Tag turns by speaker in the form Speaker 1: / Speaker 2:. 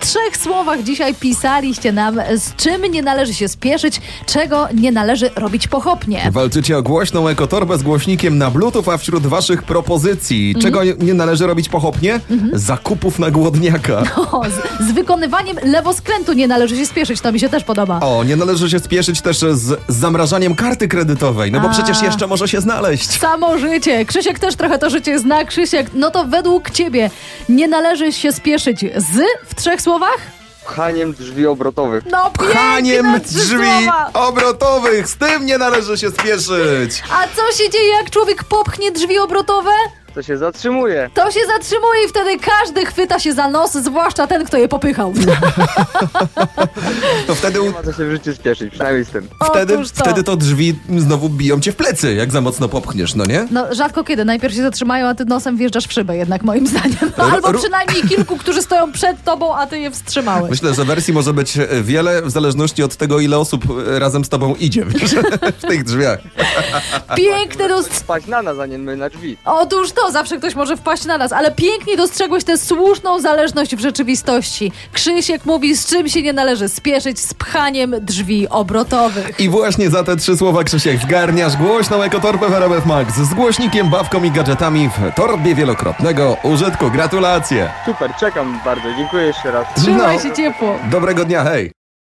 Speaker 1: trzech słowach dzisiaj pisaliście nam, z czym nie należy się spieszyć, czego nie należy robić pochopnie.
Speaker 2: Walczycie o głośną ekotorbę z głośnikiem na bluetooth, a wśród waszych propozycji, czego
Speaker 1: Mhm.
Speaker 2: nie- nie należy robić pochopnie? Zakupów na głodniaka.
Speaker 1: O, z, z wykonywaniem lewoskrętu nie należy się spieszyć, to mi się też podoba.
Speaker 2: O, nie należy się spieszyć też z zamrażaniem karty kredytowej, no bo
Speaker 1: A.
Speaker 2: przecież jeszcze może się znaleźć.
Speaker 1: Samo życie. Krzysiek też trochę to życie zna. Krzysiek, no to według ciebie nie należy się spieszyć z w trzech słowach?
Speaker 3: pchaniem drzwi obrotowych.
Speaker 1: No
Speaker 2: Pchaniem
Speaker 1: piękne trzy
Speaker 2: drzwi
Speaker 1: słowa.
Speaker 2: obrotowych, z tym nie należy się spieszyć.
Speaker 1: A co się dzieje, jak człowiek popchnie drzwi obrotowe?
Speaker 3: To się zatrzymuje.
Speaker 1: To się zatrzymuje i wtedy każdy chwyta się za nos, zwłaszcza ten, kto je popychał.
Speaker 2: To wtedy,
Speaker 3: Nie ma co się w życiu spieszyć, przynajmniej z tym.
Speaker 2: wtedy,
Speaker 1: Otóż to.
Speaker 2: wtedy to drzwi znowu biją cię w plecy, jak za mocno popchniesz, no nie?
Speaker 1: No rzadko kiedy, najpierw się zatrzymają, a ty nosem wjeżdżasz w szybę jednak moim zdaniem. No,
Speaker 2: Ru-
Speaker 1: albo
Speaker 2: ru-
Speaker 1: przynajmniej kilku, którzy stoją przed tobą, a ty je wstrzymałeś.
Speaker 2: Myślę, że wersji może być e, wiele w zależności od tego, ile osób e, razem z tobą idzie wiesz, w tych drzwiach.
Speaker 1: Piękne dost...
Speaker 3: Spać na nas, a nie my na drzwi.
Speaker 1: Otóż to, zawsze ktoś może wpaść na nas, ale pięknie dostrzegłeś tę słuszną zależność w rzeczywistości. Krzysiek mówi, z czym się nie należy spieszyć, z pchaniem drzwi obrotowych.
Speaker 2: I właśnie za te trzy słowa, Krzysiek, zgarniasz głośną ekotorpę w RMF Max z głośnikiem, bawką i gadżetami w torbie wielokrotnego użytku. Gratulacje!
Speaker 3: Super, czekam bardzo. Dziękuję jeszcze raz.
Speaker 1: Trzymaj
Speaker 2: No.
Speaker 1: się ciepło.
Speaker 2: Dobrego dnia, hej!